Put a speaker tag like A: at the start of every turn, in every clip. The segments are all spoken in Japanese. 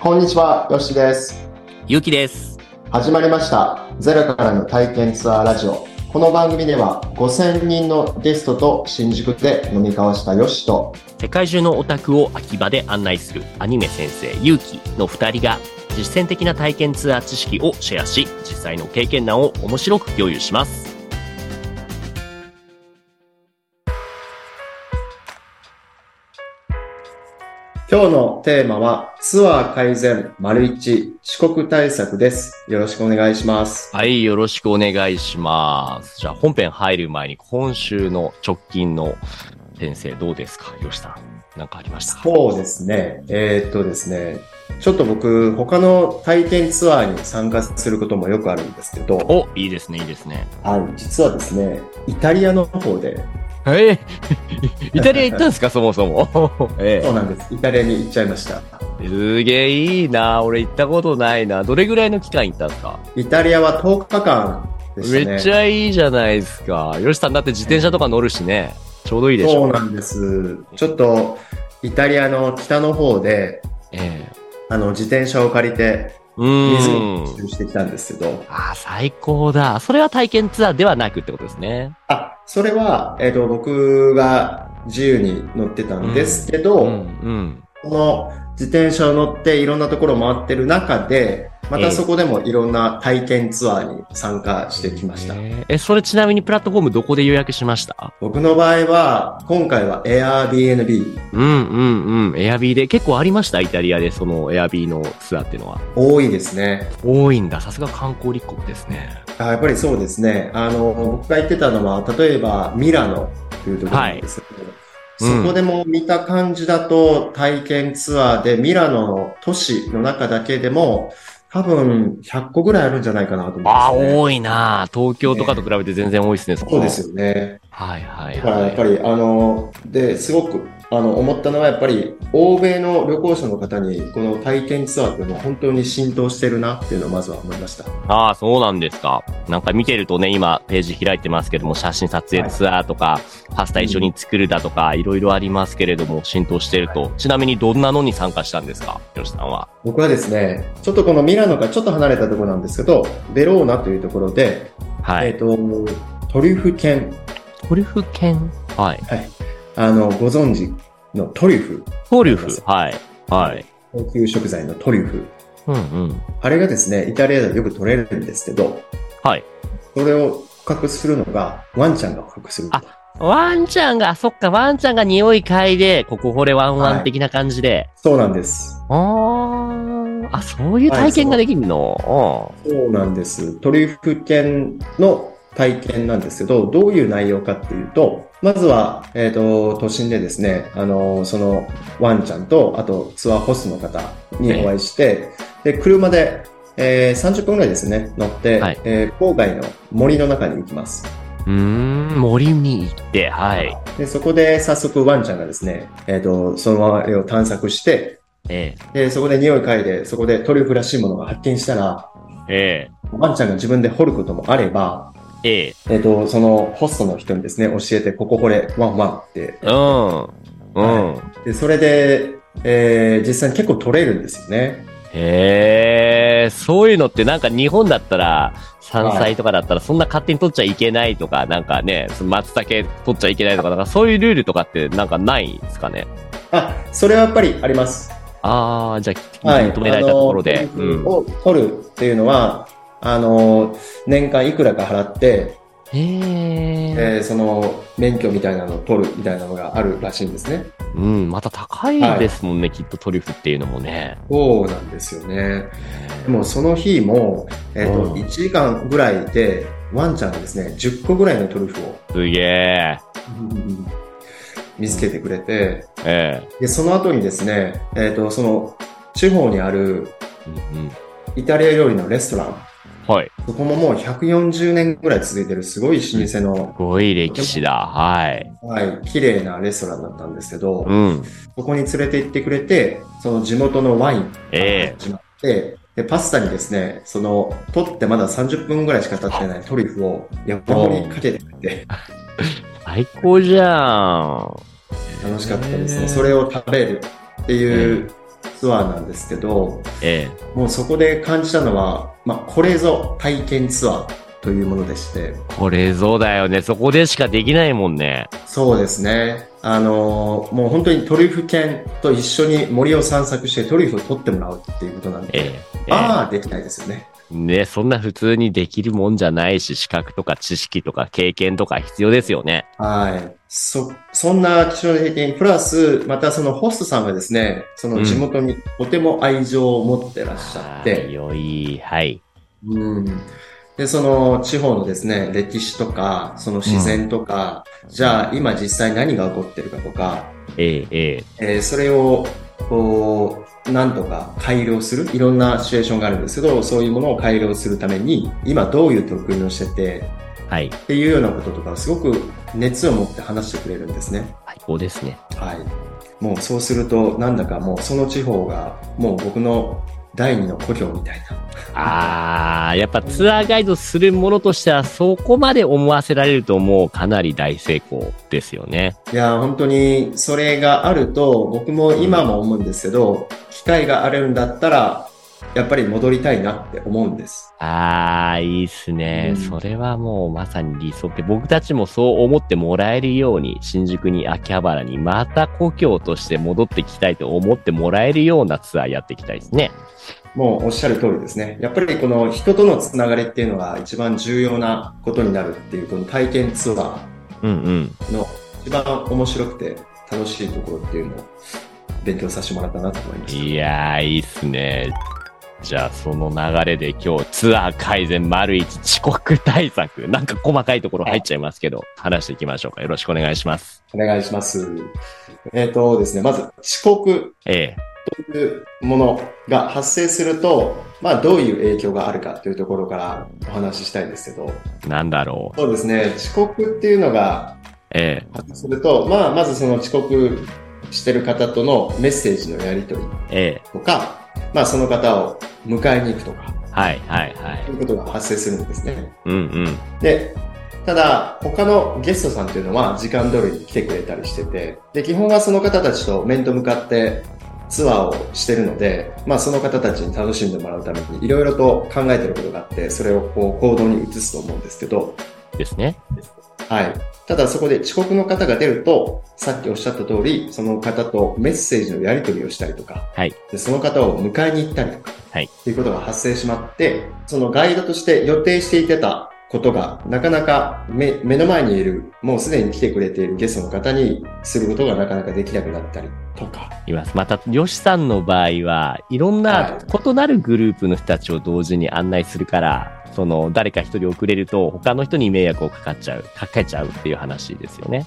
A: こんにちは、よしです。
B: ゆうきです。
A: 始まりました。ゼロからの体験ツアーラジオ。この番組では5000人のゲストと新宿で飲み交わしたよしと、
B: 世界中のオタクを秋葉で案内するアニメ先生ゆうきの二人が実践的な体験ツアー知識をシェアし、実際の経験談を面白く共有します。
A: 今日のテーマはツアー改善丸一遅刻対策です。よろしくお願いします。
B: はい、よろしくお願いします。じゃあ本編入る前に今週の直近の先生どうですかよしさん。なんかありましたか
A: そうですね。えーっとですね。ちょっと僕、他の体験ツアーに参加することもよくあるんですけど、
B: お、いいですね、いいですね。
A: はい、実はですね、イタリアの方で、
B: えー、 イタリア行ったんですかそもそも。え
A: そうなんです。イタリアに行っちゃいました。
B: えすげえいいな俺行ったことないなどれぐらいの期間行ったんですか
A: イタリアは10日間でしたね。
B: めっちゃいいじゃないですか。よしさんだって自転車とか乗るしね。ちょうどいいでし
A: そう
B: ょ。
A: なんです。ちょっと、イタリアの北の方で、
B: ええ
A: あの、自転車を借りて、
B: う
A: 水
B: ー
A: に
B: ん。
A: 移住してきたんですけど、
B: ああ、最高だ。それは体験ツアーではなくってことですね。
A: あ、それは、えっ、と、僕が自由に乗ってたんですけど、
B: うん。
A: この自転車を乗っていろんなところを回ってる中で、またそこでもいろんな体験ツアーに参加してきました。
B: ええ、それちなみにプラットフォームどこで予約しました
A: 僕の場合は、今回は Airbnb
B: うんうんうん。エアビーで。結構ありましたイタリアで、そのエアビーのツアーっていうのは。
A: 多いですね。
B: 多いんだ。さすが観光立国ですね。
A: あやっぱりそうですね。あの、僕が言ってたのは、例えばミラノというところなんですけど、
B: うん
A: そこでも見た感じだと、体験ツアーでミラノの都市の中だけでも、多分100個ぐらいあるんじゃないかなと思いま
B: ああ、
A: す、ね。
B: 多いな。東京とかと比べて全然多いですね、そこ
A: そうですよね。
B: はいはい
A: だから
B: は
A: やっぱ
B: い。
A: り、あの、で、すごく、あの、思ったのは、やっぱり、欧米の旅行者の方に、この体験ツアーっていうのは本当に浸透してるなっていうのをまずは思いました。
B: ああ、そうなんですか。なんか見てるとね、今、ページ開いてますけども、写真撮影ツアーとか、パスタ一緒に作るだとか、いろいろありますけれども、浸透してると。ちなみに、どんなのに参加したんですか吉さんは。
A: 僕はですね、ちょっとこのミラノからちょっと離れたところなんですけど、ベローナというところで、
B: は
A: え
B: い
A: っ、。と、トリュフ犬、
B: トリュフ犬はい。
A: あの、ご存知のトリュフ、
B: トリュフはい。はい。
A: 高級食材のトリュフ。
B: うんうん。
A: あれがですね、イタリアではよく取れるんですけど、
B: はい。
A: それを捕獲するのが、ワンちゃんが捕獲する。
B: あワンちゃんが、そっか、ワンちゃんが匂い嗅いで、ここ掘れワンワン的な感じで。
A: そうなんです。
B: あーあ、そういう体験ができるの、
A: そうなんです。トリュフ犬の体験なんですけど、どういう内容かっていうと、まずは、えっ、と、都心でですね、あの、そのワンちゃんと、あとツアーホストの方にお会いして、で、車で、えー30分ぐらいですね、乗って、
B: はい
A: えー郊外の森の中に行きます。
B: うん。うーん、森に行って、はい。
A: で、そこで早速ワンちゃんがですね、えっ、と、その周りを探索して、
B: え
A: で、そこで匂い嗅いで、そこでトリュフらしいものが発見したら、
B: え。え
A: ワンちゃんが自分で掘ることもあれば、
B: え。ええ。
A: えっ、と、そのホストの人にですね、教えて、こここれ、ワンワンって。
B: うん。うん。
A: で、それで、えー、実際に結構取れるんですよね。
B: へえ、そういうのってなんか日本だったら、山菜とかだったらそんな勝手に取っちゃいけないとか、なんかね、その松茸取っちゃいけないとか、なんかそういうルールとかってなんかないですかね。
A: あ、それはやっぱりあります。
B: ああ、じゃあ、
A: はい。
B: 認められたところで。
A: あのを取るっていうのは、あの、年間いくらか払って、
B: うん、へえ、
A: えーその免許みたいなのを取るみたいなのがあるらしいんですね。
B: うん、また高いですもんね、きっとトリュフっていうのもね。
A: そうなんですよね。でもその日も、えっ、
B: う
A: と、
B: ん
A: 1時間ぐらいで、ワンちゃんがですね、10個ぐらいのトリュフを
B: すげえ。
A: 見つけてくれて、
B: え
A: で、その後にですね、えっ、と、その、地方にある
B: えうんうん。
A: イタリア料理のレストラン、
B: はい。
A: そこももう140年ぐらい続いてるすごい老舗の
B: す、ごい歴史だ。はい。
A: はい、綺麗なレストランだったんですけど、
B: うん。
A: そこに連れて行ってくれて、その地元のワイン
B: ええ
A: 始まって、で、パスタにですね、その、取ってまだ30分ぐらいしか経ってないトリュフを山盛りかけてくれて、
B: 最高じゃん。
A: 楽しかったです
B: へ
A: ね。
B: ー
A: それを食べるっていう、ツアーなんですけど、
B: え
A: もうそこで感じたのは、まあ、これぞ体験ツアーというものでして、
B: えこれぞだよね。そこでしかできないもんね。
A: そうですね。あのーもう本当にトリュフ犬と一緒に森を散策してトリュフを取ってもらうっていうことなんで、
B: ええええ
A: ああ、できないですよね。
B: ね、そんな普通にできるもんじゃないし、資格とか知識とか経験とか必要ですよね。
A: はい。そ、そんな貴重な経験、プラス、またそのホストさんがですね、その地元にとても愛情を持ってらっしゃっ
B: あー
A: て、
B: 良い。はい。
A: うん。で、その地方のですね、歴史とか、その自然とか、じゃあ今実際何が起こってるかとか、
B: ええええ
A: えーそれを、こう、なんとか改良する、いろんなシチュエーションがあるんですけど、そういうものを改良するために、今どういう取り組みをしてて、
B: はい。
A: っていうようなこととか、すごく熱を持って話してくれるんですね。
B: 最高ですね。
A: はい。もうそうすると、なんだかもうその地方が、もう僕の第二の故郷みたいな。
B: ああ、やっぱツアーガイドするものとしては、そこまで思わせられるともうかなり大成功ですよね。
A: いやー、本当にそれがあると、僕も今も思うんですけど、機会があるんだったら、やっぱり戻りたいなって思うんです。
B: ああ、いいっすね、
A: うん
B: それはもうまさに理想って、僕たちもそう思ってもらえるように、新宿に秋葉原にまた故郷として戻ってきたいと思ってもらえるようなツアーやっていきたいですね。
A: もうおっしゃる通りですね。やっぱりこの人とのつながりっていうのが一番重要なことになるっていう、この体験ツアー。
B: うんうん。
A: の一番面白くて楽しいところっていうのを勉強させてもらったなと思いました。
B: いやー、いいっすね。じゃあ、その流れで今日、ツアー改善丸一遅刻対策。なんか細かいところ入っちゃいますけど、話していきましょうか。よろしくお願いします。
A: お願いします。えっ、とですね、まず遅刻
B: ええ。
A: というものが発生すると、まあどういう影響があるかというところからお話ししたいんですけど、
B: なんだろう。
A: そうですね、遅刻っていうのが
B: え
A: 発生すると、まあまずその遅刻してる方とのメッセージのやり取り
B: え。ええ。
A: とか、まあその方を迎えに行くとか、
B: はいはいはい
A: と。いうことが発生するんですね。
B: うんうん。
A: で、ただ、他のゲストさんっていうのは時間通りに来てくれたりしてて、で、基本はその方たちと面と向かってツアーをしてるので、まあその方たちに楽しんでもらうためにいろいろと考えてることがあって、それをこう行動に移すと思うんですけど、
B: ですね。
A: はい。ただそこで遅刻の方が出ると、さっきおっしゃった通り、その方とメッセージのやり取りをしたりとか、
B: はい
A: でその方を迎えに行ったりとか、
B: はい
A: っていうことが発生しまって、そのガイドとして予定していてたことが、なかなか目目の前にいる、もうすでに来てくれているゲストの方にすることがなかなかできなくなったりとか、
B: います。また、ヨシさんの場合は、いろ
A: は
B: んない異なるグループの人たちを同時に案内するから、その、誰か一人遅れると、他の人に迷惑をかかっちゃう、かけちゃうっていう話ですよね。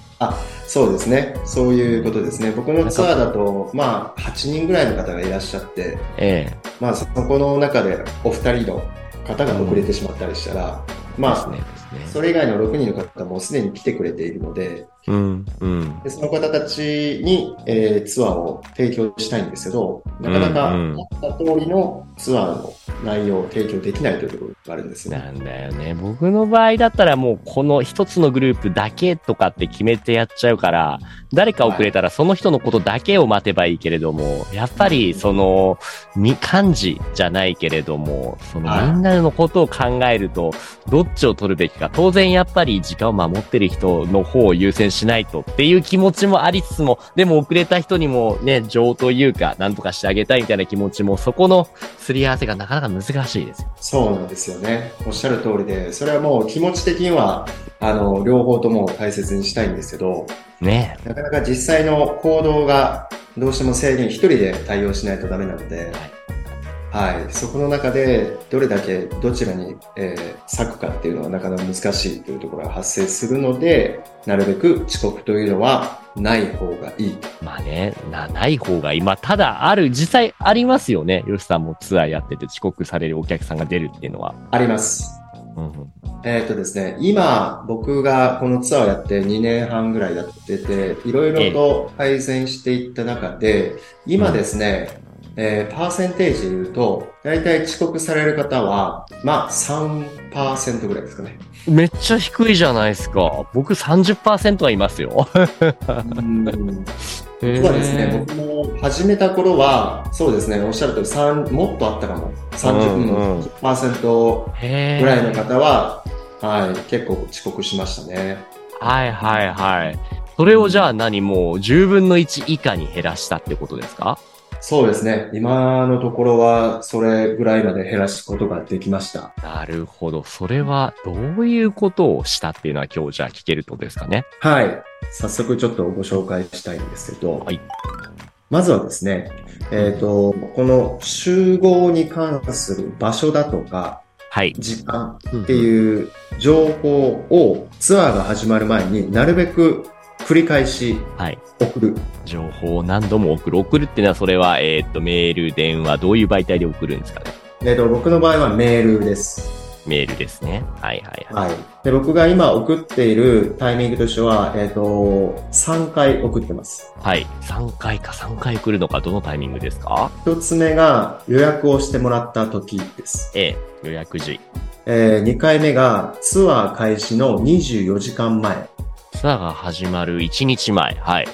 A: そうですね。そういうことですね。僕のツアーだと、まあ、8人ぐらいの方がいらっしゃって、
B: ええ。
A: まあ、そこの中でお二人の方が遅れてしまったりしたら、まあ、
B: ですね。ですね。
A: それ以外の6人の方もすでに来てくれているので、
B: うん、うん。
A: でその方たちに、えーツアーを提供したいんですけど、なかなか
B: うんうん
A: 思った通りのツアーの内容を提供できないというところがあるんですよね。
B: なんだよね。僕の場合だったらもうこの一つのグループだけとかって決めてやっちゃうから、誰か遅れたらその人のことだけを待てばいいけれども、やっぱりその、み、漢字じゃないけれども、その
A: はい
B: みんなのことを考えると、どっちを取るべきか、当然やっぱり時間を守ってる人の方を優先しないとっていう気持ちもありつつも、でも遅れた人にもね、情というか、なんとかしてあげたいみたいな気持ちも、そこのすり合わせがなかなか難しいですよ。
A: そうなんですよね。おっしゃる通りで、それはもう気持ち的には、あの、両方とも大切にしたいんですけど、
B: ねえ。
A: なかなか実際の行動がどうしても制限一人で対応しないとダメなので、はい、そこの中でどれだけどちらに、えー割くかっていうのはなかなか難しいというところが発生するので、なるべく遅刻というのはない方がいいと。
B: まあね、な、ない方が今、ただある、実際ありますよね。ヨシさんもツアーやってて遅刻されるお客さんが出るっていうのは。
A: あります。
B: うんうん。
A: えっ、とですね、今僕がこのツアーをやって2年半ぐらいやってて、いろいろと改善していった中で、今ですね、えーパーセンテージで言うと、だいたい遅刻される方は、まあ3%ぐらいですかね。
B: めっちゃ低いじゃないですか。僕30%はいますよ。
A: うん実はですね、僕も始めた頃は、そうですね、おっしゃるとり3、もっとあったかも。30分、
B: うんうん
A: 10%
B: へー
A: ぐらいの方は、はい、結構遅刻しましたね。
B: はいはいはい。それをじゃあ何もう10分の1以下に減らしたってことですか
A: そうですね。今のところは、それぐらいまで減らすことができました。
B: なるほど。それはどういうことをしたっていうのは今日じゃあ聞けるってことですかね。
A: はい。早速ちょっとご紹介したいんですけど、
B: はい
A: まずはですね、えっ、と、この集合に関する場所だとか、
B: はい。
A: 時間
B: っ
A: っていう情報をツアーが始まる前になるべく繰り返し
B: はい。
A: 送る。
B: 情報を何度も送る。送るっていうのはそれは、えーっと、メール、電話、どういう媒体で送るんですかね。
A: えっと、僕の場合はメールです。
B: メールですね。はいはいはい。
A: はい。で、僕が今送っているタイミングとしては、えっ、と、3回送ってます。
B: はい。3回か3回来るのか、どのタイミングですか
A: 1つ目が予約をしてもらった時です。
B: ええ、予約時。
A: え2回目がツアー開始の24時間前。
B: ツアーが始まる1日前。はい。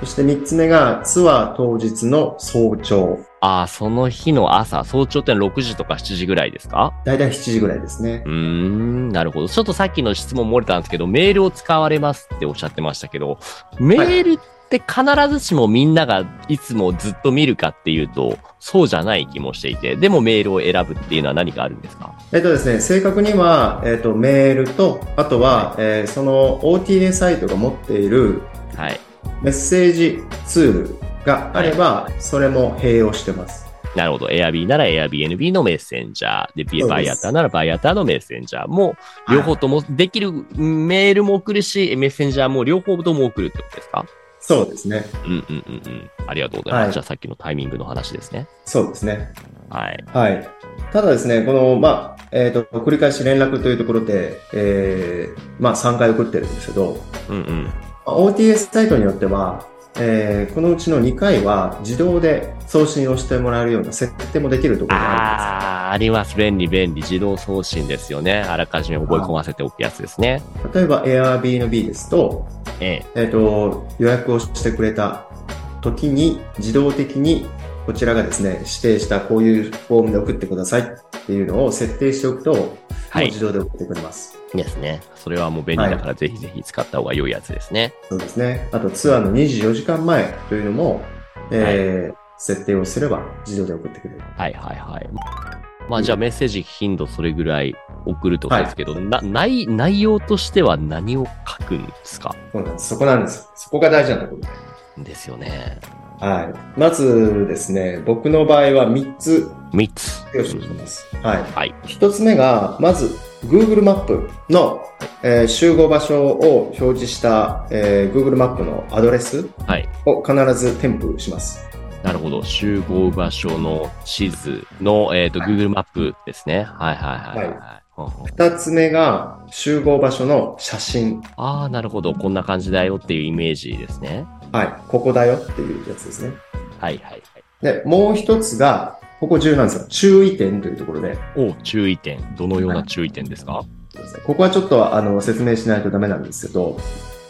A: そして3つ目がツアー当日の早朝。
B: ああ、その日の朝、早朝って6時とか7時ぐらいですか
A: だいたい7時ぐらいですね
B: う。ーん、なるほど。ちょっとさっきの質問漏れたんですけど、メールを使われますっておっしゃってましたけど、メールって必ずしもみんながいつもずっと見るかっていうと、そうじゃない気もしていて、でもメールを選ぶっていうのは何かあるんですか
A: えっとですね、正確には、えっと、メールと、あとは、えーその OTA サイトが持っている
B: はい。
A: メッセージツールがあれば、それも併用してます。
B: なるほど。Airb なら Airbnb のメッセンジャー。
A: そう
B: で、
A: です
B: バイアターならバイアターのメッセンジャーも、両方ともできる、メールも送るし、メッセンジャーも両方とも送るってことですか
A: そうですね。
B: うんうんうんうん。ありがとうございます。
A: はい
B: じゃあさっきのタイミングの話ですね。
A: そうですね。
B: はい。
A: はい。ただですね、この、まあ、えっ、と、繰り返し連絡というところで、えーまあ、3回送ってるんですけど、
B: うんうん。
A: まあ OTS サイトによっては、えーこのうちの2回は自動で送信をしてもらえるような設定もできるところがあるんで
B: ああ、あります。便利、便利。自動送信ですよね。あらかじめ覚え込ませておくやつですね。
A: す。例えば Airbnb ですと、
B: ええ。
A: えっ、と、予約をしてくれた時に自動的にこちらがですね、指定したこういうフォームで送ってくださいっていうのを設定しておくと、
B: は
A: もう
B: い。
A: 自動で送ってくれます。
B: ですね。それはもう便利だから、ぜひぜひ使った方が良いやつですね。
A: そうですね。あとツアーの24時間前というのも、えー設定をすれば自動で送ってくれる。
B: はいはいはい。まあじゃあメッセージ頻度それぐらい送るってことですけど、な、内、内容としては何を書くんですか
A: そうなんです。そこなんです。そこが大事なところで。
B: ですよね。
A: はい。まずですね、僕の場合は3つ
B: 3つ。
A: 用意してます。はい。
B: はい。
A: 1つ目が、まず Google マップの、えー集合場所を表示した、えー Google マップのアドレス
B: はい
A: を必ず添付します。
B: なるほど。集合場所の地図の、えっ、と、Google マップですね。はいはいはい、はい。ほうほう
A: 2つ目が集合場所の写真。
B: ああ、なるほど。こんな感じだよっていうイメージですね。
A: はい。ここだよっていうやつですね。
B: はいはいはい。
A: で、もう一つが、ここ重要なんですよ。注意点というところで。
B: お注意点。どのような注意点ですか、
A: ここはちょっとあの説明しないとダメなんですけど、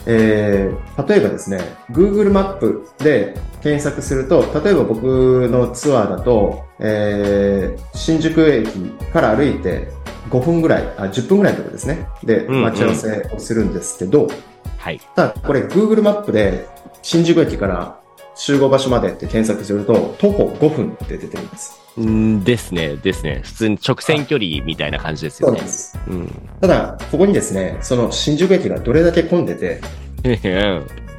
A: えー例えばですね、Google マップで検索すると、例えば僕のツアーだと、えー新宿駅から歩いて5分ぐらい、あ、10分ぐらいのところですね。で、
B: うんうん
A: 待ち合わせをするんですけど、
B: はい。
A: ただこれ Google マップで新宿駅から集合場所までって検索すると、徒歩5分って出てるんです。
B: うんですね。ですね。普通に直線距離みたいな感じですよね。
A: す。
B: うん。
A: ただ、ここにですね、その新宿駅がどれだけ混んでて、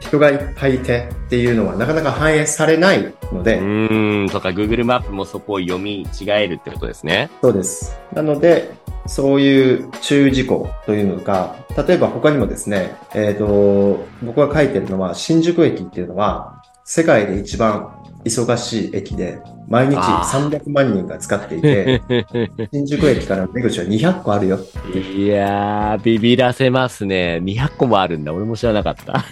A: 人がいっぱいいてっていうのはなかなか反映されないので、
B: うん。とか、Google マップもそこを読み違えるってことですね。
A: そうです。なので、そういう注意事項というのか、例えば他にもですね、えっ、と、僕が書いてるのは、新宿駅っていうのは、世界で一番忙しい駅で、毎日
B: あ
A: 300万人が使ってい て、新宿駅からの出口は200個あるよ。
B: いやー、ビビらせますね。200個もあるんだ。俺も知らなかった。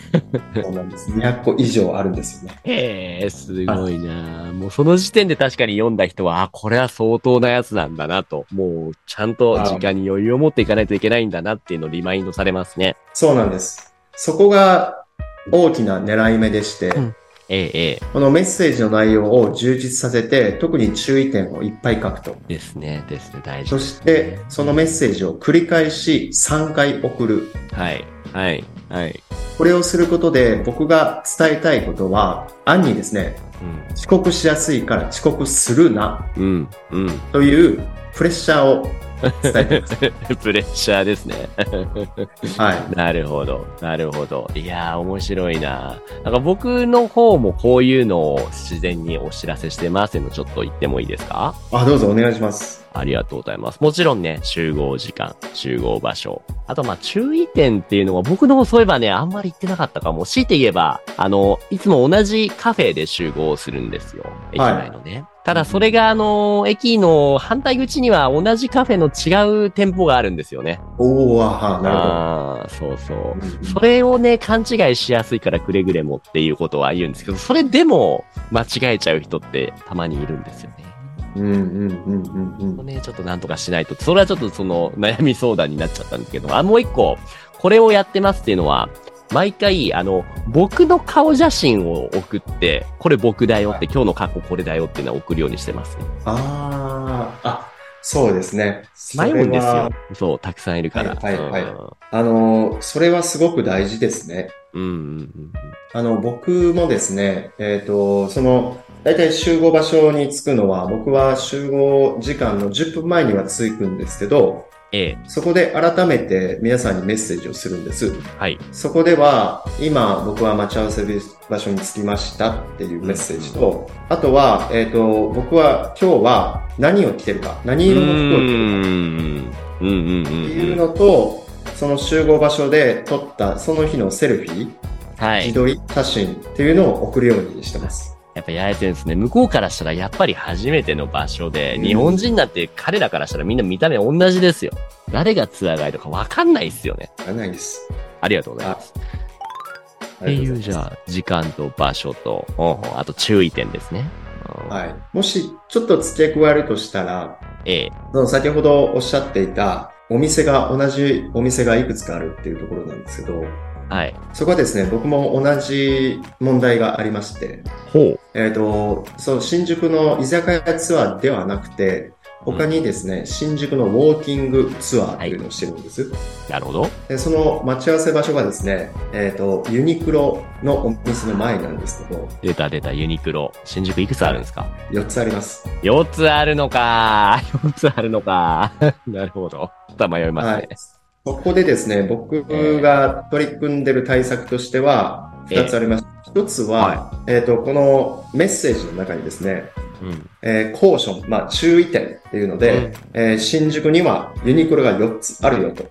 A: そうなんです。200個以上あるんですよね。
B: へえ、すごいなあもうその時点で確かに読んだ人は、あ、これは相当なやつなんだなと、もうちゃんと時間に余裕を持っていかないといけないんだなっていうのをリマインドされますね。
A: そうなんです。そこが大きな狙い目でして、
B: うんえええ、え
A: このメッセージの内容を充実させて、特に注意点をいっぱい書くと。
B: え。ですね、ですね、大事
A: そ
B: で
A: し
B: すね、
A: て、そのメッセージを繰り返し3回送る。
B: はい、はい、はい。
A: これをすることで、僕が伝えたいことは、案にですね、遅刻しやすいから遅刻するな、
B: うん、うん、 うん。
A: というプレッシャーを伝えてます。
B: プレッシャーですね。
A: は
B: なるほど。なるほど。いやー、面白いな。なんか僕の方もこういうのを自然にお知らせしてますのちょっと言ってもいいですか
A: い。あ、どうぞお願いします。
B: ありがとうございます。もちろんね、集合時間、集合場所。あと、まあ、注意点っていうのは僕の方そういえばね、あんまり言ってなかったかも。強いて言えば、あの、いつも同じカフェで集合するんですよ。駅内のね。ただ、それが、あの、駅の反対口には同じカフェの違う店舗があるんですよね。
A: おー、あはなるほど。
B: ああー、そうそう。
A: うん
B: それをね、勘違いしやすいからくれぐれもっていうことは言うんですけど、それでも間違えちゃう人ってたまにいるんですよね。
A: うんうんうんうんうん
B: ここね、ちょっとなんとかしないと。それはちょっとその悩み相談になっちゃったんですけど、あ、もう一個、これをやってますっていうのは、毎回、あの、僕の顔写真を送って、これ僕だよって、今日の過去これだよっていうのは送るようにしてますね。
A: ああ、あ、そうですね。
B: 迷うんです
A: それは
B: よ。そう、たくさんいるから。
A: はいはいはい
B: うん
A: あの、それはすごく大事ですね。
B: うんうん
A: あの、僕もですね、えっ、と、その、大体集合場所に着くのは、僕は集合時間の10分前には着くんですけど、
B: ええ、
A: そこで改めて皆さんにメッセージをするんです。
B: はい。
A: そこでは、今僕は待ち合わせ場所に着きましたっていうメッセージと、あとは、えっ、と、僕は今日は何を着てるか、何色の服を着てるか、
B: うんうんうんうん。
A: っていうのと、その集合場所で撮ったその日のセルフィー、
B: はい
A: 自。撮り写真っていうのを送るようにしてます。
B: やっぱやられてるんですね。向こうからしたらやっぱり初めての場所で、
A: うん
B: 日本人だって彼らからしたらみんな見た目同じですよ。誰がツアーガイドかわかんないっすよね。
A: あないです。
B: ありがとうございます。
A: ありがとござま
B: っていうじ
A: す
B: ゃあ、時間と場所と、うんうんあと注意点ですね。うん
A: はい。もし、ちょっと付け加えるとしたら、
B: ええ。
A: その先ほどおっしゃっていた、お店が、同じお店がいくつかあるっていうところなんですけど、
B: はい。
A: そこはですね、僕も同じ問題がありまして、
B: ほ
A: えっ、と、そう、新宿の居酒屋ツアーではなくて、他にですね、新宿のウォーキングツアーっていうのをしてるんです。
B: う。なるほど。
A: でその待ち合わせ場所がですね、えっ、と、ユニクロのお店の前なんですけど、
B: 出た出たユニクロ。新宿いくつあるんですか
A: 4つあります。
B: ?4 つあるのか。4つ あるのか。 なるほど。ちょっと迷いますね。。
A: そこでですね、僕が取り組んでる対策としては、
B: ええ
A: 2つあります。1つは、えっ、と、このメッセージの中にですね、
B: うん。
A: えー、コーション、まあ、注意点っていうので、
B: うん
A: えー新宿にはユニクロが4つあるよと。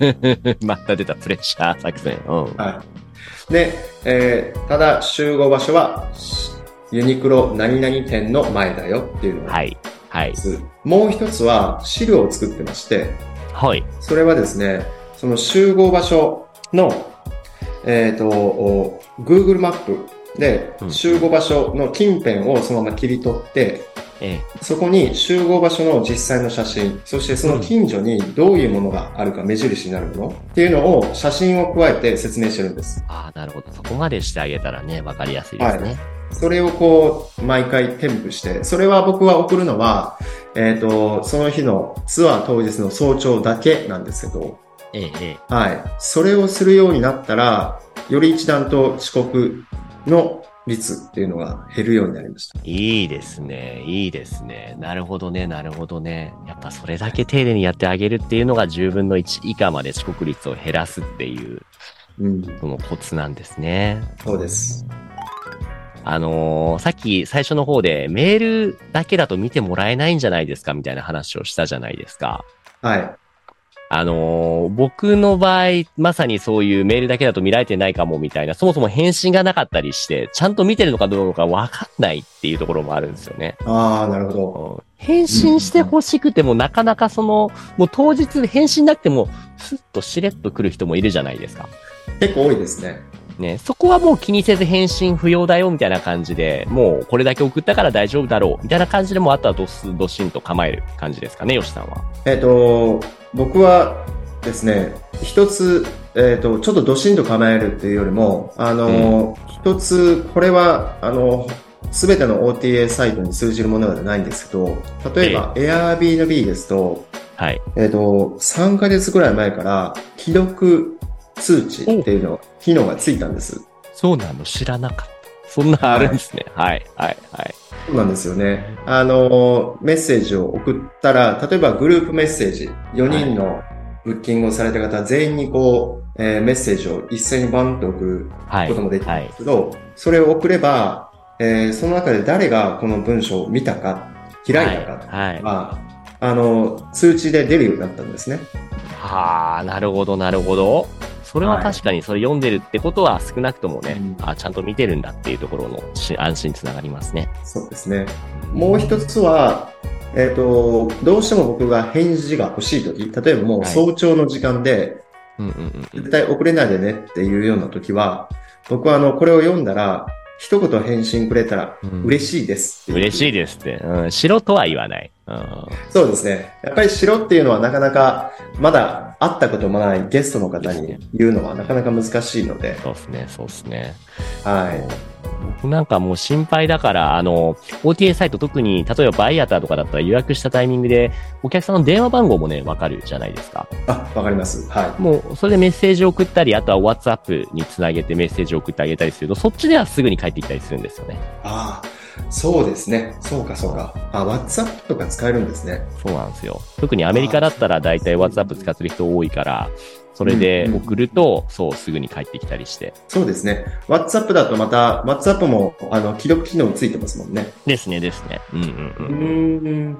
B: また出たプレッシャー作戦。うん。
A: はい。で、えーただ集合場所は、しユニクロ何々店の前だよっていうのが
B: はい。はい
A: 一。つもう一つは資料を作ってまして、
B: はい。
A: それはですね、その集合場所の、えっ、と、お Google マップで
B: うん
A: 集合場所の近辺をそのまま切り取って、
B: ええ。
A: そこに集合場所の実際の写真、そしてその近所にどういうものがあるか目印になるものっていうのを写真を加えて説明してるんです。
B: ああ、なるほど。そこまでしてあげたらね、わかりやすいですね。
A: それをこう、毎回添付して、それは僕は送るのは、えっ、と、その日のツアー当日の早朝だけなんですけど、
B: ええ、ええ。
A: はい。それをするようになったら、より一段と遅刻の率っていうのが減るようになりました。
B: いいですね。いいですね。なるほどね。なるほどね。やっぱそれだけ丁寧にやってあげるっていうのが10分の1以下まで遅刻率を減らすっていう、
A: うん。
B: そのコツなんですね。
A: そうです。
B: あのーさっき最初の方でメールだけだと見てもらえないんじゃないですかみたいな話をしたじゃないですか。
A: はい。
B: あのー僕の場合、まさにそういうメールだけだと見られてないかもみたいな、そもそも返信がなかったりして、ちゃんと見てるのかどうかわかんないっていうところもあるんですよね。
A: ああ、なるほど。
B: うん返信してほしくても、なかなかその、もう当日返信なくても、スッとしれっと来る人もいるじゃないですか。
A: 結構多いですね。
B: ね、そこはもう気にせず返信不要だよみたいな感じで、もうこれだけ送ったから大丈夫だろうみたいな感じでもうあとはどすどしんと構える感じですかね、吉さんは。
A: えっ、と、僕はですね、一つえっ、と、ちょっとどしんと構えるっていうよりも、あの、一つ、これは、あの、すべての OTA サイトに通じるものではないんですけど、例えば Airbnb ですと、
B: はい。
A: えっ、と、3ヶ月ぐらい前から、既読通知っていうの、機能がついたんです。
B: そうなの知らなかった。そんなあるんですね。はい、はい、はい。
A: そうなんですよね。あの、メッセージを送ったら、例えばグループメッセージ、4人のブッキングをされた方全員にこう、えーメッセージを一斉にバンと送る
B: はい。
A: こともできる
B: は
A: ん
B: い
A: ですけど、それを送れば、えーその中で誰がこの文章を見たか、開いたかとか
B: はい。はい
A: は、あの、通知で出るようになったんですね。
B: はあ、なるほど、なるほど。それは確かに、それ読んでるってことは少なくともね、
A: うん
B: あちゃんと見てるんだっていうところのし安心につながりますね。
A: そうですね。もう一つは、えっ、と、どうしても僕が返事が欲しいとき、例えばもう早朝の時間で、
B: うんうんうん
A: 絶対遅れないでねっていうような時は、僕はあの、これを読んだら、一言返信くれたら
B: うん。
A: 嬉しいですっていう
B: 嬉しいですって。うん、しろとは言わない。うん。
A: そうですね。やっぱりしろっていうのはなかなか、まだ会ったこともないゲストの方に言うのはなかなか難しいので、
B: そうですね、そうですね。
A: はい。
B: 僕なんかもう心配だから、あの、OTA サイト特に、例えばバイアターとかだったら予約したタイミングで、お客さんの電話番号もね、わかるじゃないですか。
A: あ、わかります。は
B: もう、それでメッセージを送ったり、あとは WhatsApp につなげてメッセージを送ってあげたりすると、そっちではすぐに帰ってきたりするんですよね。
A: い。ああ、そうですね。そうか、そうか。あ、WhatsApp とか使えるんですね。
B: そうなんですよ。特にアメリカだったら大体 WhatsApp 使ってる人多いから、それで送ると、そう、すぐに帰ってきたりして。
A: そうですね。WhatsApp だとまた、WhatsApp も、あの、記録機能ついてますもんね。
B: ですね、ですね。うんうんうん。
A: ん。
B: っ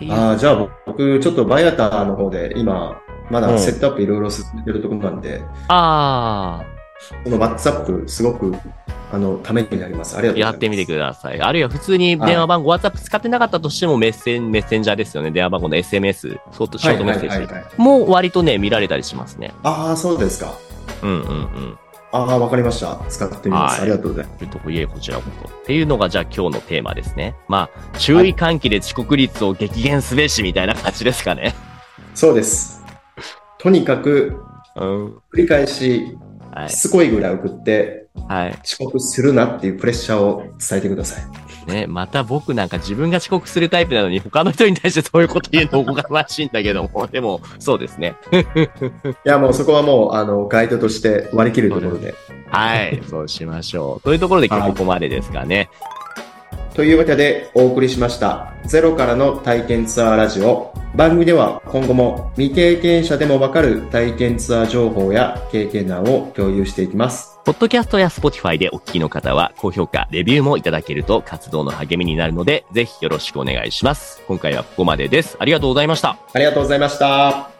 B: ていう
A: ああ、じゃあ僕、ちょっとバイアターの方で今、ま
B: う
A: だ
B: ん
A: セットアップいろいろ進めてるところなんで、
B: あ
A: このバッツアップすごく、あの、ためになります。ありがとうござ
B: ー
A: い
B: や
A: ます。
B: ってみてください。あるいは普通に電話番号、WhatsApp 使ってなかったとしてもメッセン、メッセンジャーですよね。電話番号の SMS、ショートショートメッセージ。
A: はいはいはいはい。
B: もう割とね、見られたりしますね。
A: ああ、そうですか。
B: うんうんうん。
A: ああ、わかりました。使ってみます。
B: はい
A: ありがとうございます。
B: というとこいえ、こちらこそ。っていうのが、じゃあ今日のテーマですね。まあ、注意喚起で遅刻率を激減すべしみたいな感じですかね。
A: そうです。とにかく、
B: うん。
A: 繰り返し、
B: はい
A: し。つこいぐらい送って、
B: はい。
A: 遅刻するなっていうプレッシャーを伝えてください。
B: ね、また僕なんか自分が遅刻するタイプなのに、他の人に対してそういうこと言うのおこがましいんだけども、でも、そうですね。
A: いや、もうそこはもう、あの、ガイドとして割り切るところで。
B: はい。そうしましょう。というところで今日
A: はい
B: ここまでですかね。
A: というわけでお送りしましたゼロからの体験ツアーラジオ番組では今後も未経験者でもわかる体験ツアー情報や経験談を共有していきます
B: ポッドキャストや Spotify でお聞きの方は、高評価、レビューもいただけると活動の励みになるので、ぜひよろしくお願いします。今回はここまでです。ありがとうございました。
A: ありがとうございました